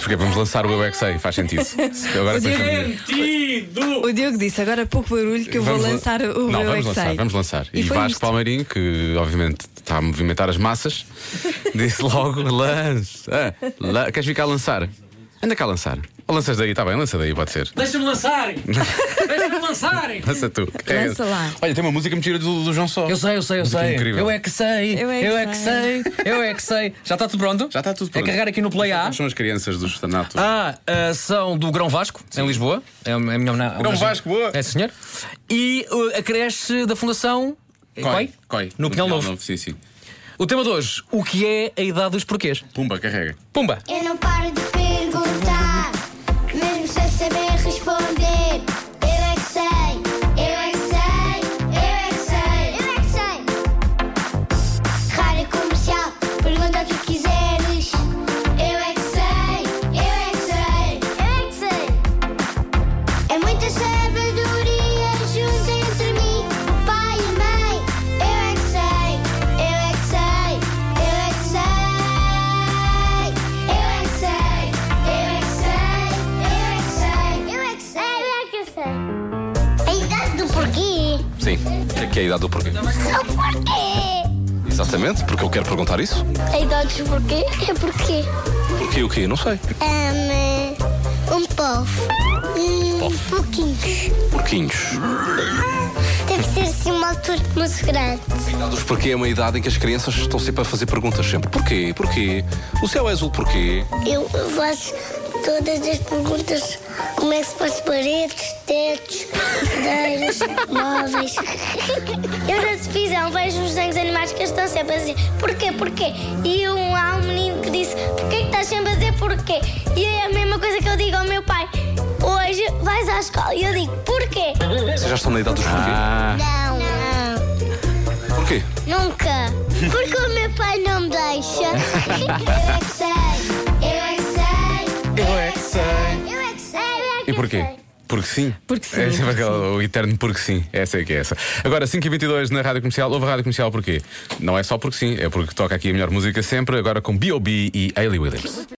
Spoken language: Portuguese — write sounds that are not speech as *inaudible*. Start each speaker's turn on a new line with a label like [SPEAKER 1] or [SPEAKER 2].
[SPEAKER 1] porque vamos lançar o Eu é que sei, faz sentido. Se Agora
[SPEAKER 2] O Diogo-
[SPEAKER 1] depois-
[SPEAKER 2] O Diogo disse agora pouco barulho que eu
[SPEAKER 1] Vamos
[SPEAKER 2] vou
[SPEAKER 1] lan-
[SPEAKER 2] lançar o
[SPEAKER 1] Não,
[SPEAKER 2] meu
[SPEAKER 1] vamos
[SPEAKER 2] é que
[SPEAKER 1] lançar,
[SPEAKER 2] sei.
[SPEAKER 1] vamos lançar. E,
[SPEAKER 2] E foi
[SPEAKER 1] Vasco
[SPEAKER 2] isto.
[SPEAKER 1] Palmeirinho, que obviamente está a movimentar as massas, disse logo: lança. la- Queres vir cá lançar? Anda cá lançar. Ou lanças daí, está bem, lança daí, pode ser. *laughs*
[SPEAKER 3] Deixa-me lançarem! Deixa-me lançarem!
[SPEAKER 1] Lança tu. é
[SPEAKER 2] Lança lá.
[SPEAKER 1] Olha, tem uma música mentira do, do João Só.
[SPEAKER 3] Eu sei, eu sei, eu
[SPEAKER 1] Música
[SPEAKER 3] sei.
[SPEAKER 1] incrível.
[SPEAKER 3] Eu é que sei.
[SPEAKER 2] Eu é que sei.
[SPEAKER 3] Eu é que sei. Já está tudo pronto?
[SPEAKER 1] Já está tudo
[SPEAKER 3] É
[SPEAKER 1] pronto.
[SPEAKER 3] carregar aqui no Play A.
[SPEAKER 1] Quais São as crianças do estanato.
[SPEAKER 3] Ah, ah, são do Grão Vasco, em Lisboa. É a minha homena-
[SPEAKER 1] Grão
[SPEAKER 3] homenagem.
[SPEAKER 1] Vasco, boa.
[SPEAKER 3] É, senhor. E ah, a creche da Fundação Coi,
[SPEAKER 1] Coi.
[SPEAKER 3] no Pinhal Novo.
[SPEAKER 1] Sim, sim.
[SPEAKER 3] O tema de hoje: o que é a idade dos porquês?
[SPEAKER 1] Pumba, carrega.
[SPEAKER 3] Pumba!
[SPEAKER 4] Eu não paro de perguntar, mesmo sem saber responder. Eu é que sei, eu é que sei, eu é que sei, eu é que sei. Rádio comercial, pergunta o que quiseres. Eu é que sei, eu é que sei, eu é que sei. É muita sabedoria junto entre mim, pai e mãe. Eu é que sei, eu é que sei, eu é que sei. Eu é que sei, eu é que sei, eu é que sei, eu é que sei, eu é que sei. A idade do porquê?
[SPEAKER 5] Sim. É que é a idade do porquê.
[SPEAKER 4] O porquê?
[SPEAKER 5] Exatamente, porque eu quero perguntar isso.
[SPEAKER 4] A idade do porquê é porquê?
[SPEAKER 5] Porquê o quê? Não sei.
[SPEAKER 4] Um, um povo. Um pouquinho.
[SPEAKER 5] Porquinhos.
[SPEAKER 4] Deve ser assim uma altura muito grande.
[SPEAKER 5] A idade dos porquê é uma idade em que as crianças estão sempre a fazer perguntas sempre. Porquê? Porquê? O céu é azul porquê?
[SPEAKER 4] Eu faço todas as perguntas: como é que se faz paredes, tetos, cadeiras, móveis. Eu na televisão vejo uns desenhos animais que eles estão sempre a dizer porquê, porquê. E um, há um menino que disse: porquê que estás sempre a dizer porquê? E é a mesma coisa que eu digo ao meu pai: hoje vais à escola. E eu digo: porquê?
[SPEAKER 5] Vocês já estão na idade dos porquê?
[SPEAKER 4] Não, não.
[SPEAKER 5] Porquê?
[SPEAKER 4] Nunca. Porque o meu pai não me *laughs* deixa. Eu é que sei. Eu é que sei. Eu é que sei. Eu é que sei. Eu é que
[SPEAKER 1] E porquê?
[SPEAKER 4] sei.
[SPEAKER 1] Porque sim.
[SPEAKER 2] Porque sim,
[SPEAKER 1] É sempre
[SPEAKER 2] porque
[SPEAKER 1] aquela- o eterno porque sim. Essa é que é essa. Agora, 5h22 na rádio comercial. Houve a rádio comercial porquê? Não é só porque sim, é porque toca aqui a melhor música sempre. Agora com B.O.B. e Hayley Williams.